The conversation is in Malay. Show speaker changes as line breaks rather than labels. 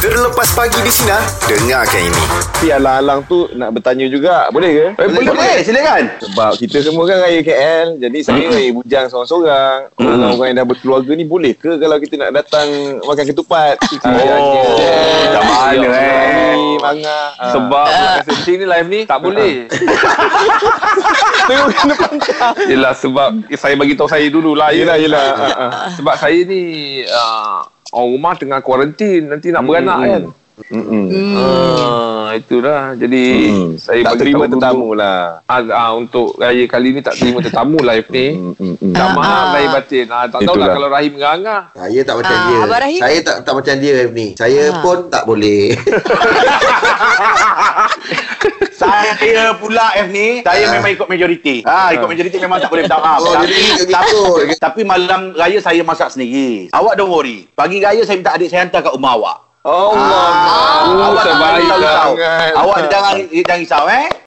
Terlepas pagi di sini Dengarkan ini
Tapi alang-alang tu nak bertanya juga. Boleh ke?
Eh, boleh, boleh, silakan.
Sebab kita semua kan raya KL. Jadi saya raya bujang seorang-seorang. Orang-orang yang dah berkeluarga ni boleh ke kalau kita nak datang makan ketupat?
Oh, dah mana, eh.
Manga.
Sebab bukan senting ni live ni tak boleh.
Tengok kena pantang.
Yelah sebab eh, saya bagi tahu saya dulu lah.
Yelah,
ya.
yelah. Ah, ah.
Sebab saya ni uh, orang rumah tengah kuarantin nanti nak beranak
hmm.
kan.
Mm-mm.
Ah, itulah. Jadi
Mm.
saya
tak
bagi
terima
tahu dulu.
tetamu lah.
Ah, ah, untuk raya kali ni tak terima tetamu live ni.
Mm-mm.
Tak
Ah,
mahal
ah.
raya batin. Ah, tak tahulah
Hmm. Itulah.
kalau Rahim ngangah.
Saya tak macam
Ah,
dia.
Abang Rahim?
Saya tak tak macam dia ni. Saya
Ah.
pun tak boleh.
Saya pula F ni Saya
Ah.
memang ikut majoriti ha, Ikut majoriti memang tak boleh minta maaf
Oh,
Tapi-
jadi ikut gitu.
tapi, tapi malam raya saya masak sendiri Awak don't worry Pagi raya saya minta adik saya hantar kat rumah awak
Allah.
Ah,
Oh,
Awak tak
terbaik lah.
risau-risau
sangat.
Awak jangan, jangan risau eh